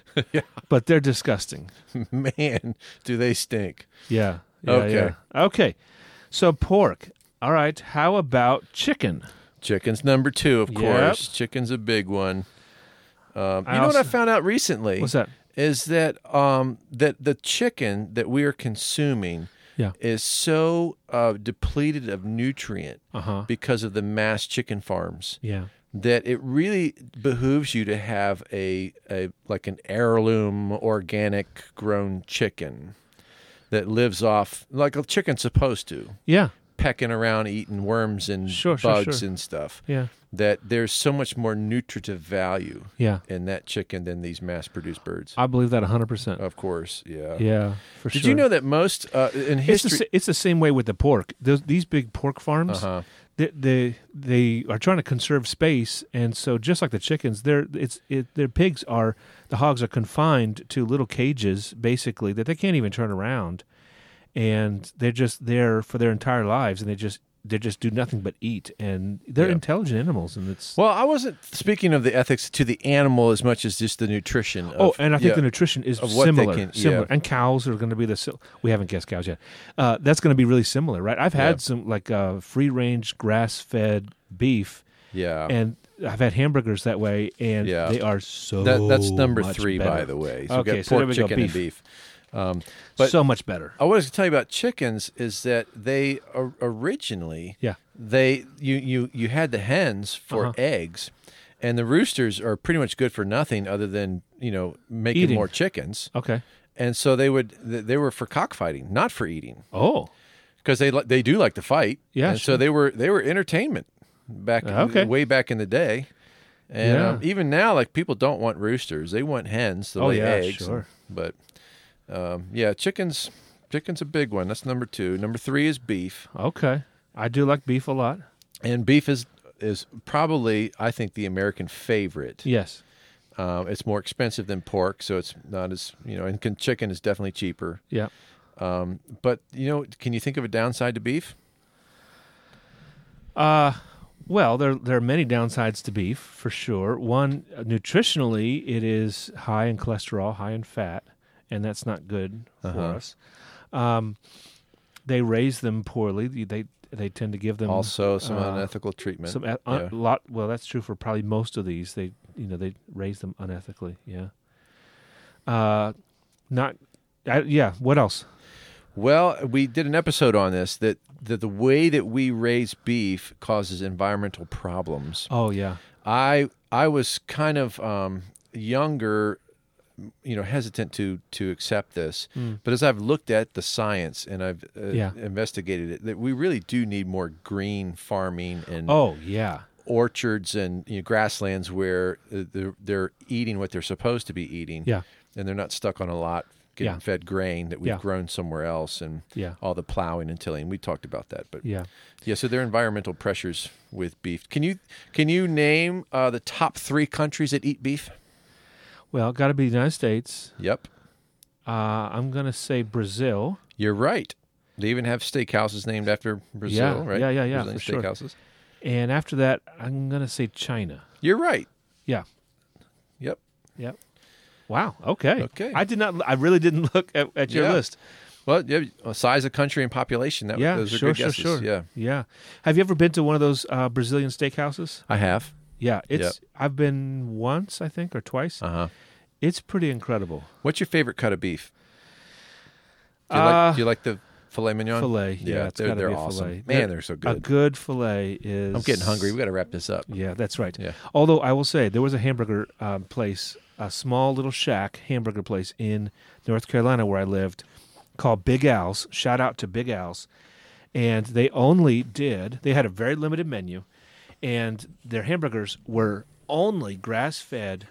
but they're disgusting.
Man, do they stink.
Yeah. yeah,
Okay.
yeah. Okay. So pork. All right. How about chicken?
Chicken's number two, of
Yep.
course. Chicken's a big one. Um, you
I
know what
also-
I found out recently?
What's that?
Is that um, that the chicken that we are consuming
Yeah.
is so uh, depleted of nutrient
Uh-huh.
because of the mass chicken farms.
Yeah.
that it really behooves you to have a, a like an heirloom organic grown chicken that lives off like a chicken's supposed to
Yeah.
pecking around eating worms and
Sure, sure,
bugs
sure.
and stuff.
Yeah.
That there's so much more nutritive value
Yeah.
in that chicken than these mass-produced birds.
I believe that 100%.
of course, yeah.
yeah, for
Did
sure.
you know that most uh, in
it's the,
history?
sa- it's the same way with the pork. Those, these big pork farms,
Uh-huh.
they, they they are trying to conserve space, and so just like the chickens, they're it's it, their pigs are the hogs are confined to little cages basically that they can't even turn around, and they're just there for their entire lives, and they just they just do nothing but eat, and they're
Yeah.
intelligent animals, and it's
Well, I wasn't speaking of the ethics to the animal as much as just the nutrition. Of,
Oh, and I think
yeah.
the nutrition is
of what they
similar.
can-
similar.
yeah.
And cows are going to be the. sil- We haven't guessed cows yet. Uh, that's going to be really similar, right? I've had
Yeah.
some like uh, free range grass fed beef,
yeah,
and I've had hamburgers that way, and
Yeah.
they are so.
that, that's number
Oh, much
three, by
better.
the way. So
Okay,
we've got
so there
pork,
we go,
chicken, and beef. Um, but
so much better.
I was going to tell you about chickens is that they o- originally
Yeah.
they you you you had the hens for
Uh-huh.
eggs, and the roosters are pretty much good for nothing other than you know making
Eating.
more chickens,
Okay.
and so they would th- they were for cockfighting, not for eating,
Oh,
because they li- they do like to fight.
Yeah,
and
sure.
so they were they were entertainment back
Okay.
way back in the day. And
Yeah.
um, even now, like people don't want roosters; they want hens to
Oh,
lay
yeah,
eggs.
sure.
But um, yeah, chickens, chickens a big one. That's number two. Number three is beef,
okay. I do like beef a lot.
and beef is is probably I think the American favorite.
Yes.
Um, it's more expensive than pork, so it's not as you know. And can, chicken is definitely cheaper.
Yeah.
Um, but you know, can you think of a downside to beef?
Uh, well, there there are many downsides to beef for sure. One, uh, nutritionally, it is high in cholesterol, high in fat, and that's not good for
Uh-huh.
us. Um, they raise them poorly. They they, they tend to give them
Also, some
uh,
unethical treatment.
some a
yeah.
un- lot. Well, that's true for probably most of these. They you know they raise them unethically. Yeah. Uh, not. I, yeah. What else?
Well, we did an episode on this that, that the way that we raise beef causes environmental problems.
Oh yeah.
I I was kind of um, younger, you know, hesitant to to accept this, but as I've looked at the science and I've uh,
Hmm. Yeah.
investigated it, that we really do need more green farming and
Oh yeah.
orchards and you know, grasslands where uh, they're, they're eating what they're supposed to be eating.
Yeah.
And they're not stuck on a lot getting
Yeah.
fed grain that we've
Yeah.
grown somewhere else and
Yeah.
all the plowing and tilling. We talked about that, but yeah.
Yeah.
so there are environmental pressures with beef. Can you can you name uh, the top three countries that eat beef?
Well, got to be the United States.
Yep,
Uh, I'm going to say Brazil.
you're right. They even have steakhouses named after Brazil,
Yeah,
right?
yeah, yeah, yeah,
Brazilian
for sure.
steakhouses.
And after that, I'm going to say China.
You're right.
Yeah.
Yep.
Yep. Wow. Okay.
Okay.
I did not, I really didn't look at, at your
Yeah.
list.
Well, yeah, uh, size of country and population. That,
Yeah.
those are
sure,
good
sure,
guesses.
sure.
Yeah,
Yeah. Have you ever been to one of those uh, Brazilian steakhouses?
I have.
Yeah. It's, I've been once, I think, or twice.
Uh huh.
It's pretty incredible.
What's your favorite cut of beef? Do you,
Uh,
like, do you like the filet mignon?
Filet. Yeah.
Yeah,
it's
they're,
got to
they're
be a
awesome.
filet.
Man, they're so
A
good.
good filet is.
I'm getting hungry. We got to wrap this up.
Yeah, that's right.
Yeah.
Although I will say there was a hamburger um, place, a small little shack hamburger place in North Carolina where I lived, called Big Al's. Shout out to Big Al's, and they only did. They had a very limited menu, and their hamburgers were only grass fed,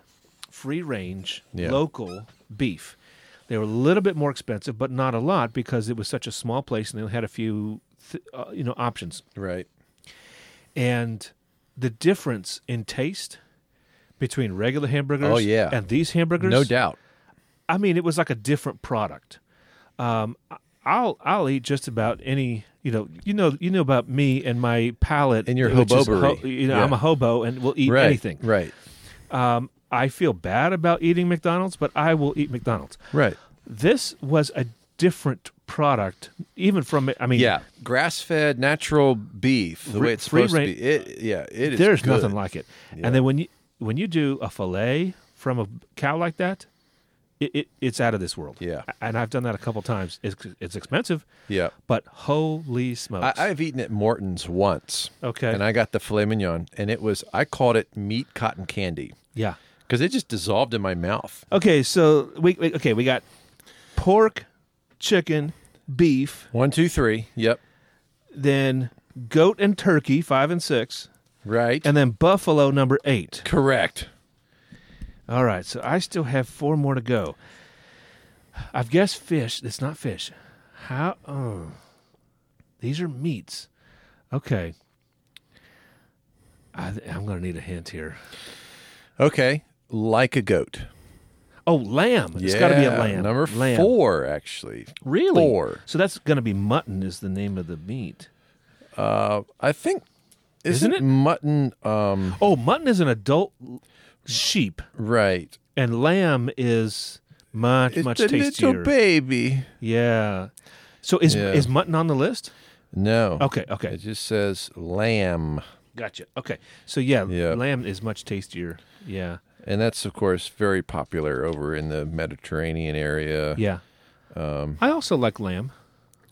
free range,
Yeah.
local beef. They were a little bit more expensive, but not a lot because it was such a small place, and they only had a few, th- uh, you know, options
Right.
and the difference in taste between regular hamburgers
Oh, yeah.
and these hamburgers
No doubt.
i mean it was like a different product um, I- i'll i'll eat just about any you know you know you know about me and my palate
And your
which is
hobobery.
you know
Yeah.
i'm a hobo and will eat
right.
anything
Right.
um, i feel bad about eating mcdonald's but i will eat mcdonald's
Right.
this was a different product even from i mean
Yeah. Grass fed natural beef, the
Free-
way it's
free
supposed
range-
to be. It, yeah, it is.
there's
good.
nothing like it.
Yeah.
And then when you when you do a fillet from a cow like that, it, it it's out of this world.
Yeah.
and I've done that a couple times. It's it's expensive,
Yeah.
but holy
I,
smokes!
I've eaten at Morton's once,
okay,
and I got the filet mignon, and it was, I called it meat cotton candy
yeah.
because it just dissolved in my mouth.
Okay, so we, we okay we got pork, chicken, beef.
One, two, three. Yep.
then goat and turkey, five and six,
Right.
and then buffalo, number eight.
Correct.
All right, so I still have four more to go. I've guessed fish. It's not fish. How? Oh, these are meats. Okay. I, I'm going to need a hint here.
Okay. Like a goat.
Oh, lamb. It's got to be a
Yeah,
lamb.
Number
lamb.
four, actually.
Really?
Four.
So that's going to be mutton is the name of the meat.
Uh, I think
Isn't
isn't,
it?
it mutton? Um,
Oh, mutton is an adult sheep,
right.
and lamb is much
It's
much
a
tastier.
little baby.
Yeah. So is
Yeah.
is mutton on the list?
No.
Okay. Okay.
It just says lamb,
Gotcha. Okay. So yeah,
Yeah.
lamb is much tastier. Yeah.
and that's of course very popular over in the Mediterranean area.
Yeah.
Um,
I also like lamb.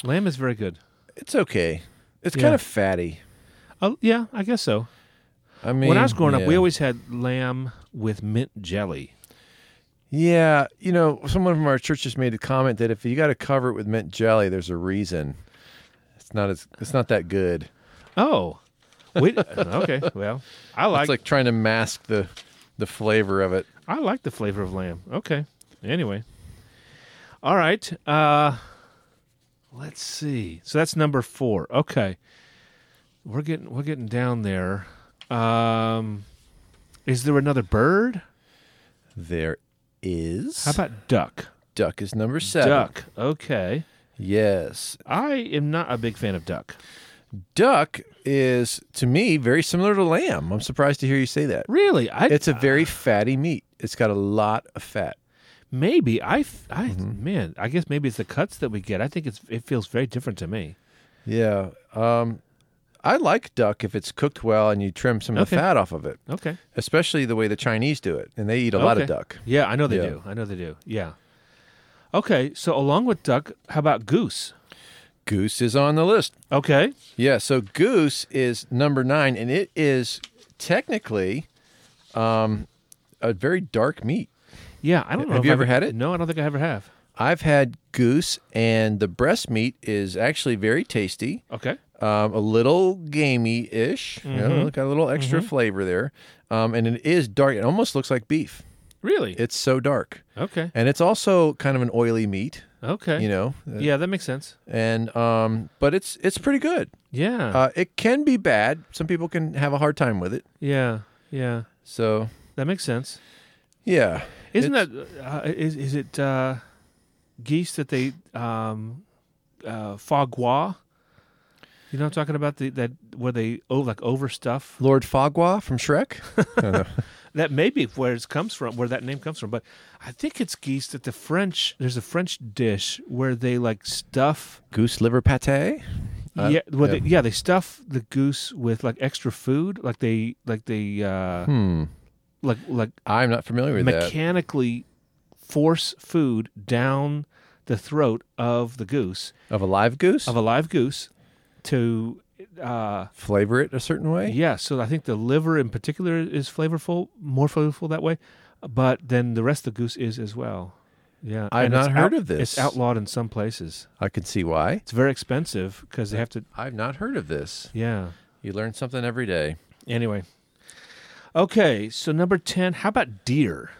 Lamb is very good.
It's okay. It's
Yeah.
kind of fatty.
Oh yeah, I guess so.
I mean,
when I was growing up, we
yeah.
always had lamb with mint jelly.
Yeah, you know, someone from our church just made the comment that if you got to cover it with mint jelly, there's a reason. It's not as it's not that good.
Oh. Wait, okay. Well, I like,
It's like trying to mask the the flavor of it.
I like the flavor of lamb. Okay. Anyway. All right. Uh let's see. So that's number 4. Okay. We're getting we're getting down there. Um is there another bird?
There is
How about duck?
duck is number seven.
Duck. Okay.
Yes,
I am not a big fan of duck.
duck is to me very similar to lamb. I'm surprised to hear you say that.
Really? I
It's a very fatty meat. It's got a lot of fat.
maybe I f- I man, I guess maybe it's the cuts that we get. I think it's it feels very different to me.
Yeah. Um, I like duck if it's cooked well and you trim some of the
Okay.
fat off of it,
Okay.
especially the way the Chinese do it, and they eat a lot of
Okay.
duck.
Yeah, I know they
Yeah.
do. I know they do. Yeah. Okay, so along with duck, how about goose?
Goose is on the list.
Okay.
Yeah, so goose is number nine, and it is technically um, a very dark meat.
Yeah, I don't know.
Have
if
you
I've-
ever had it?
No, I don't think I ever have.
I've had goose, and the breast meat is actually very tasty,
Okay.
um, a little gamey ish. You
Mm-hmm.
know, got a little extra flavor there. Um, and it is dark. It almost looks like beef.
Really?
It's so dark.
okay.
And it's also kind of an oily meat,
Okay.
you know. uh,
yeah, that makes sense.
And um, but it's it's pretty good.
Yeah.
Uh, it can be bad. Some people can have a hard time with it.
yeah. Yeah.
So
That makes sense.
Yeah.
Isn't
It's-
that uh, is is it uh, geese that they um, uh, foie gras? You know, what I'm talking about the that where they oh like overstuff.
Lord Fogwa from Shrek?
That may be where it comes from, where that name comes from. But I think it's geese that the French. There's a French dish where they like stuff.
Goose liver pate? Uh,
yeah, well,
yeah.
They, yeah, they stuff the goose with like extra food, like they like they uh,
Hmm.
like like
I'm not familiar with that.
mechanically force food down the throat of the goose
Of a live goose?
of a live goose to uh
Flavor it a certain way?
yeah so i think the liver in particular is flavorful more flavorful that way but then the rest of the goose is as well yeah
I've
And it's
not heard
out-
of this.
it's outlawed in some places
I can see why.
it's very expensive because they have to
I've not heard of this.
yeah
You learn something every day.
anyway okay so number 10 how about deer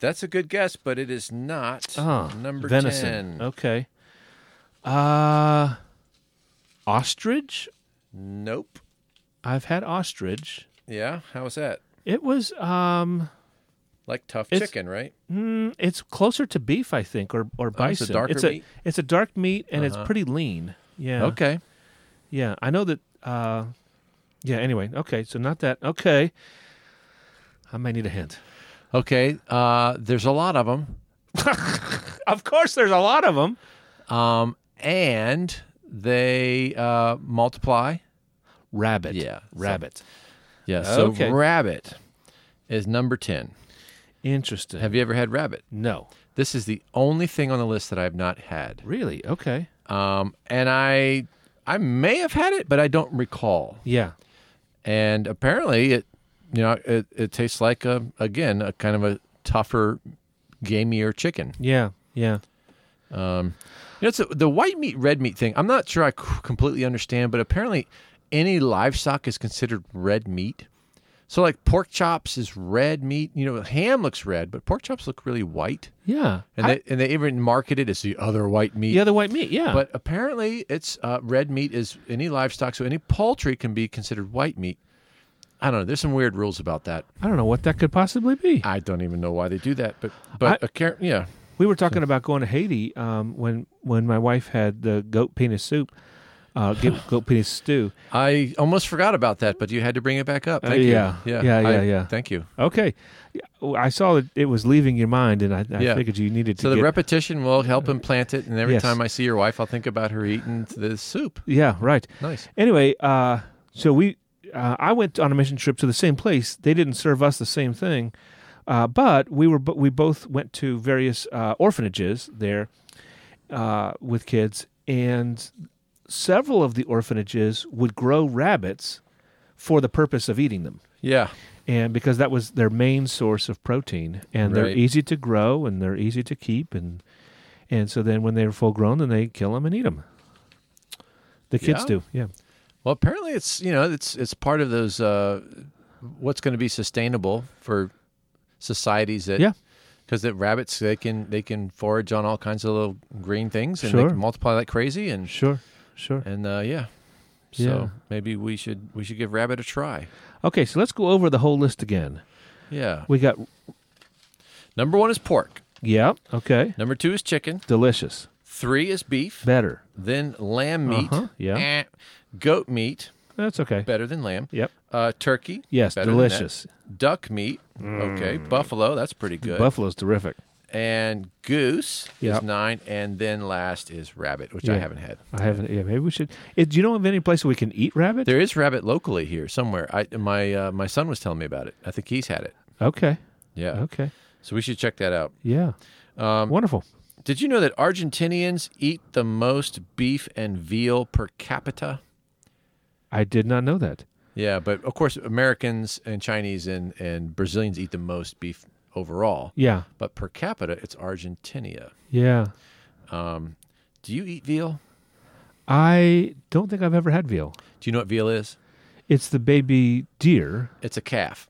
That's a good guess, but it is not
Ah,
number
venison.
10.
Oh. Okay. Uh ostrich?
Nope.
I've had ostrich.
Yeah, how was that?
It was um
Like tough
It's-
chicken, right?
mm, it's closer to beef, I think, or
Oh,
or
it's
bison.
a darker
it's a
meat?
it's a dark meat and it's
Uh-huh.
pretty lean. Yeah.
Okay.
Yeah. I know that uh yeah, anyway. Okay, so not that. Okay. I may need a hint.
Okay. Uh, there's a lot of them.
Of course there's a lot of them.
Um, and they uh, multiply.
Rabbit.
Yeah, so-
Rabbit.
Yeah. So
Okay.
rabbit is number 10.
Interesting.
Have you ever had rabbit?
no.
This is the only thing on the list that I've not had.
Really? Okay.
Um, and I I may have had it, but I don't recall.
Yeah.
And apparently it you know, it, it tastes like uh, a again, a kind of a tougher, gamier chicken.
Yeah. Yeah.
Um, you know, it's the, the white meat, red meat thing. I'm not sure I c- completely understand, but apparently, any livestock is considered red meat. So, like pork chops is red meat. You know, ham looks red, but pork chops look really white,
Yeah.
and they and they even market it as the other white meat.
the other white meat. Yeah.
But apparently, it's uh, red meat is any livestock, so any poultry can be considered white meat. I don't know. There's some weird rules about that.
I don't know what that could possibly be.
I don't even know why they do that, but but apparent- yeah,
We were talking about going to Haiti um, when when my wife had the goat penis soup, uh, goat, goat penis stew.
I almost forgot about that, but you had to bring it back up.
Uh,
Thank you.
yeah. Yeah,
I-
yeah, yeah.
Thank you.
Okay, Yeah, I saw that it was leaving your mind, and I, I
Yeah.
figured you needed to.
So the
get-
repetition will help implant it, and every
Yes.
time I see your wife, I'll think about her eating the soup.
yeah, right.
Nice.
Anyway, uh, so we uh, I went on a mission trip to the same place. They didn't serve us the same thing, uh, but we were bo- we both went to various uh, orphanages there uh, with kids, and several of the orphanages would grow rabbits for the purpose of eating them.
Yeah.
and because that was their main source of protein and they're
Right.
easy to grow and they're easy to keep and and so then when they're full grown then they kill them and eat them the kids
Yeah.
do yeah
Well, apparently it's you know it's it's part of those uh, what's going to be sustainable for societies that
Yeah.
because the rabbits they can they can forage on all kinds of little green things and they
Sure.
can multiply like crazy and
sure sure
and uh, yeah. So
Yeah.
maybe we should we should give rabbit a try.
okay so let's go over the whole list again
Yeah.
we got
Number one is pork.
yeah okay
Number two is chicken.
delicious
Three is beef.
better
Then lamb meat.
Uh-huh, yeah.
Eh. Goat meat
that's okay
better than lamb.
yep
Uh, turkey.
yes
better than that.
delicious
Duck meat. Okay. Buffalo. That's pretty good.
buffalo's terrific
and goose
Yep.
is nine, and then last is rabbit, which I
Yeah.
haven't had.
i haven't yeah maybe we should eh, do you know of any place we can eat rabbit
There is rabbit locally here somewhere. I my uh, my son was telling me about it. I think he's had it.
okay
Yeah,
okay
so we should check that out.
yeah
Um,
wonderful
Did you know that Argentinians eat the most beef and veal per capita?
i did not know that
Yeah, but of course Americans and Chinese and and Brazilians eat the most beef overall,
yeah
but per capita it's Argentina.
yeah
Do you eat veal?
I don't think I've ever had veal.
Do you know what veal is?
It's the baby deer,
It's a calf.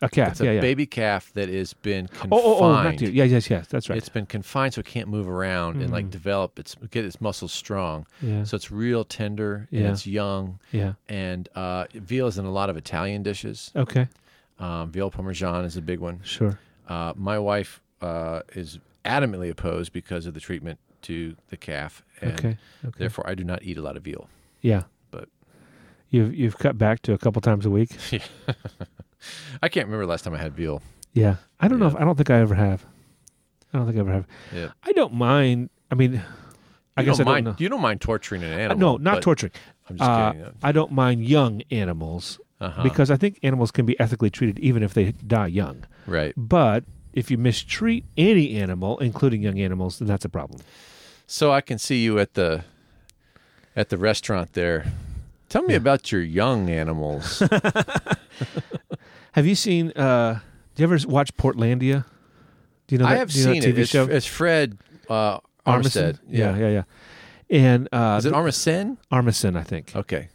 a calf.
It's
yeah,
a
yeah.
baby calf that has been confined.
oh, oh, oh, not deer. Yeah, yes, yes. That's right. Mm.
It's been confined, so it can't move around and like develop its get its muscles strong.
yeah,
So it's real tender and
Yeah.
it's young.
yeah.
And uh, veal is in a lot of Italian dishes.
Okay,
Um, veal parmesan is a big one.
sure.
Uh, my wife uh, is adamantly opposed because of the treatment to the calf, and
Okay, okay.
therefore I do not eat a lot of veal.
yeah,
But
you've you've cut back to a couple times a week.
I can't remember the last time I had veal.
Yeah, I don't know
Yeah.
if I don't think I ever have. I don't think I ever have.
Yeah.
I don't mind. I mean, I
You
guess
don't
I
mind.
don't know.
You don't mind torturing an
Uh,
animal?
No, not
but-
torturing.
I'm just
Uh,
kidding.
I don't mind young animals
Uh-huh.
because I think animals can be ethically treated even if they die young.
Right.
But if you mistreat any animal, including young animals, then that's a problem.
So I can see you at the at the restaurant there. Tell me about your young animals.
Have you seen? Uh, do you ever watch Portlandia? Do you know? That,
I have
do you know
seen
that
it.
TV
It's,
show.
it's Fred uh, Armstead.
Yeah, yeah, yeah. And uh,
Is it Armisen?
Armisen? I think
Okay.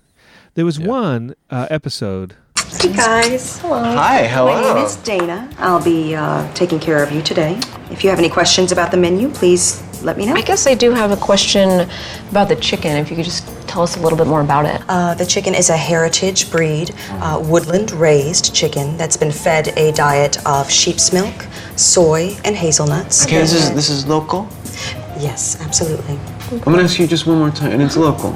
there was
Oh, Yeah.
one uh, episode.
Hey guys. Hello.
Hi, hello.
My name is Dana. I'll be uh, taking care of you today. If you have any questions about the menu, please let me know.
I guess I do have a question about the chicken. If you could just tell us a little bit more about it.
Uh, the chicken is a heritage breed, uh, woodland raised chicken that's been fed a diet of sheep's milk, soy, and hazelnuts.
Okay, this is this is local.
Yes, absolutely.
I'm gonna ask you just one more time, and it's local.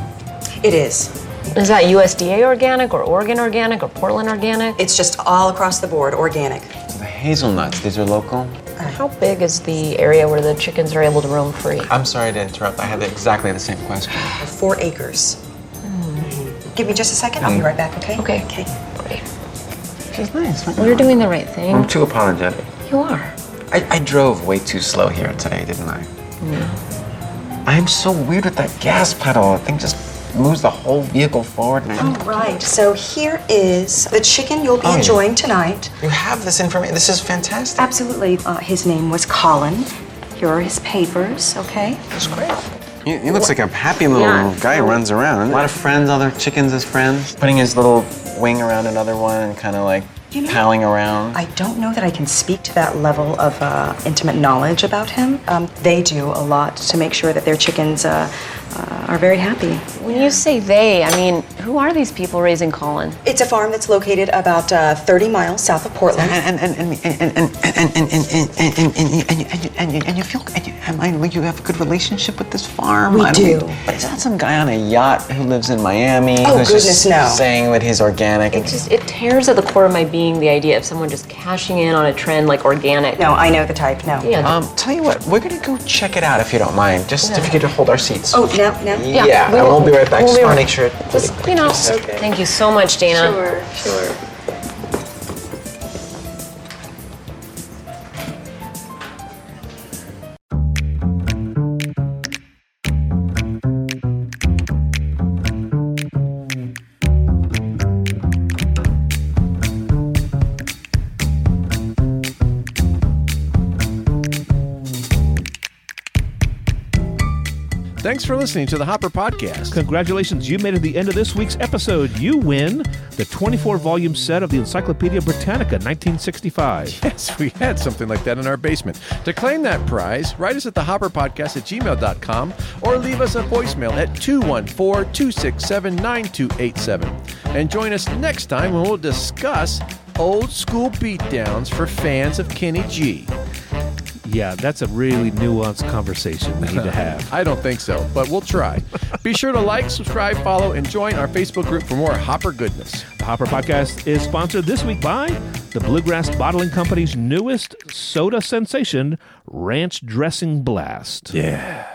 It is.
Is that USDA organic or Oregon organic or Portland organic?
It's just all across the board organic.
The hazelnuts, these are local.
How big is the area where the chickens are able to roam free?
I'm sorry to interrupt. I had exactly the same question.
Four acres. Give me just a second.
Hmm.
I'll be right back, Hmm. okay?
Okay.
Okay.
Great.
She's nice. Right?
Well, you're doing the right thing.
I'm too apologetic.
You are.
I, I drove way too slow here today, didn't I? I am so weird with that gas pedal. That thing just moves the whole vehicle forward. And
All
I,
right. So here is the chicken you'll be
Oh.
enjoying tonight.
you have this information. This is fantastic.
Absolutely. Uh, his name was Colin. Here are his papers, okay?
He, he looks like a happy little
Yeah.
guy who runs around. A lot of friends, other chickens as friends. Putting his little wing around another one and kind of like
You know-
palling around.
I don't know that I can speak to that level of uh, intimate knowledge about him. Um, they do a lot to make sure that their chickens uh, uh, are very happy.
When you say they, I mean, who are these people raising Colin?
It's a farm that's located about uh, 30 miles south of Portland.
and and and and and and and and and and and and and and and you, and you feel and you, am I, you have a good relationship with this farm.
We
I
do.
don't- But it's not some guy on a yacht who lives in Miami.
Oh,
who's
goodness,
just
no.
Saying that he's organic.
It just it tears at the core of my being the idea of someone just cashing in on a trend like organic.
No, I know the type, no.
Yeah.
Um, tell you what, we're gonna go check it out if you don't mind. Just if you could hold our seats.
Oh, now, now?
yeah. I won't be right back.
we'll
just
be
want to
right-
make sure. it-
Just you know. Thank you so much, Dana.
Sure, sure.
Thanks for listening to the Hopper Podcast.
Congratulations, you made it to the end of this week's episode. You win the 24 volume set of the Encyclopedia Britannica 1965.
Yes, we had something like that in our basement. To claim that prize, write us at thehopperpodcast at gmail.com or leave us a voicemail at 214 267 9287. And join us next time when we'll discuss old school beatdowns for fans of Kenny G.
Yeah, that's a really nuanced conversation we need to have.
I don't think so, but we'll try. Be sure to like, subscribe, follow, and join our Facebook group for more Hopper goodness.
The Hopper Podcast is sponsored this week by the Bluegrass Bottling Company's newest soda sensation, Ranch Dressing Blast.
Yeah.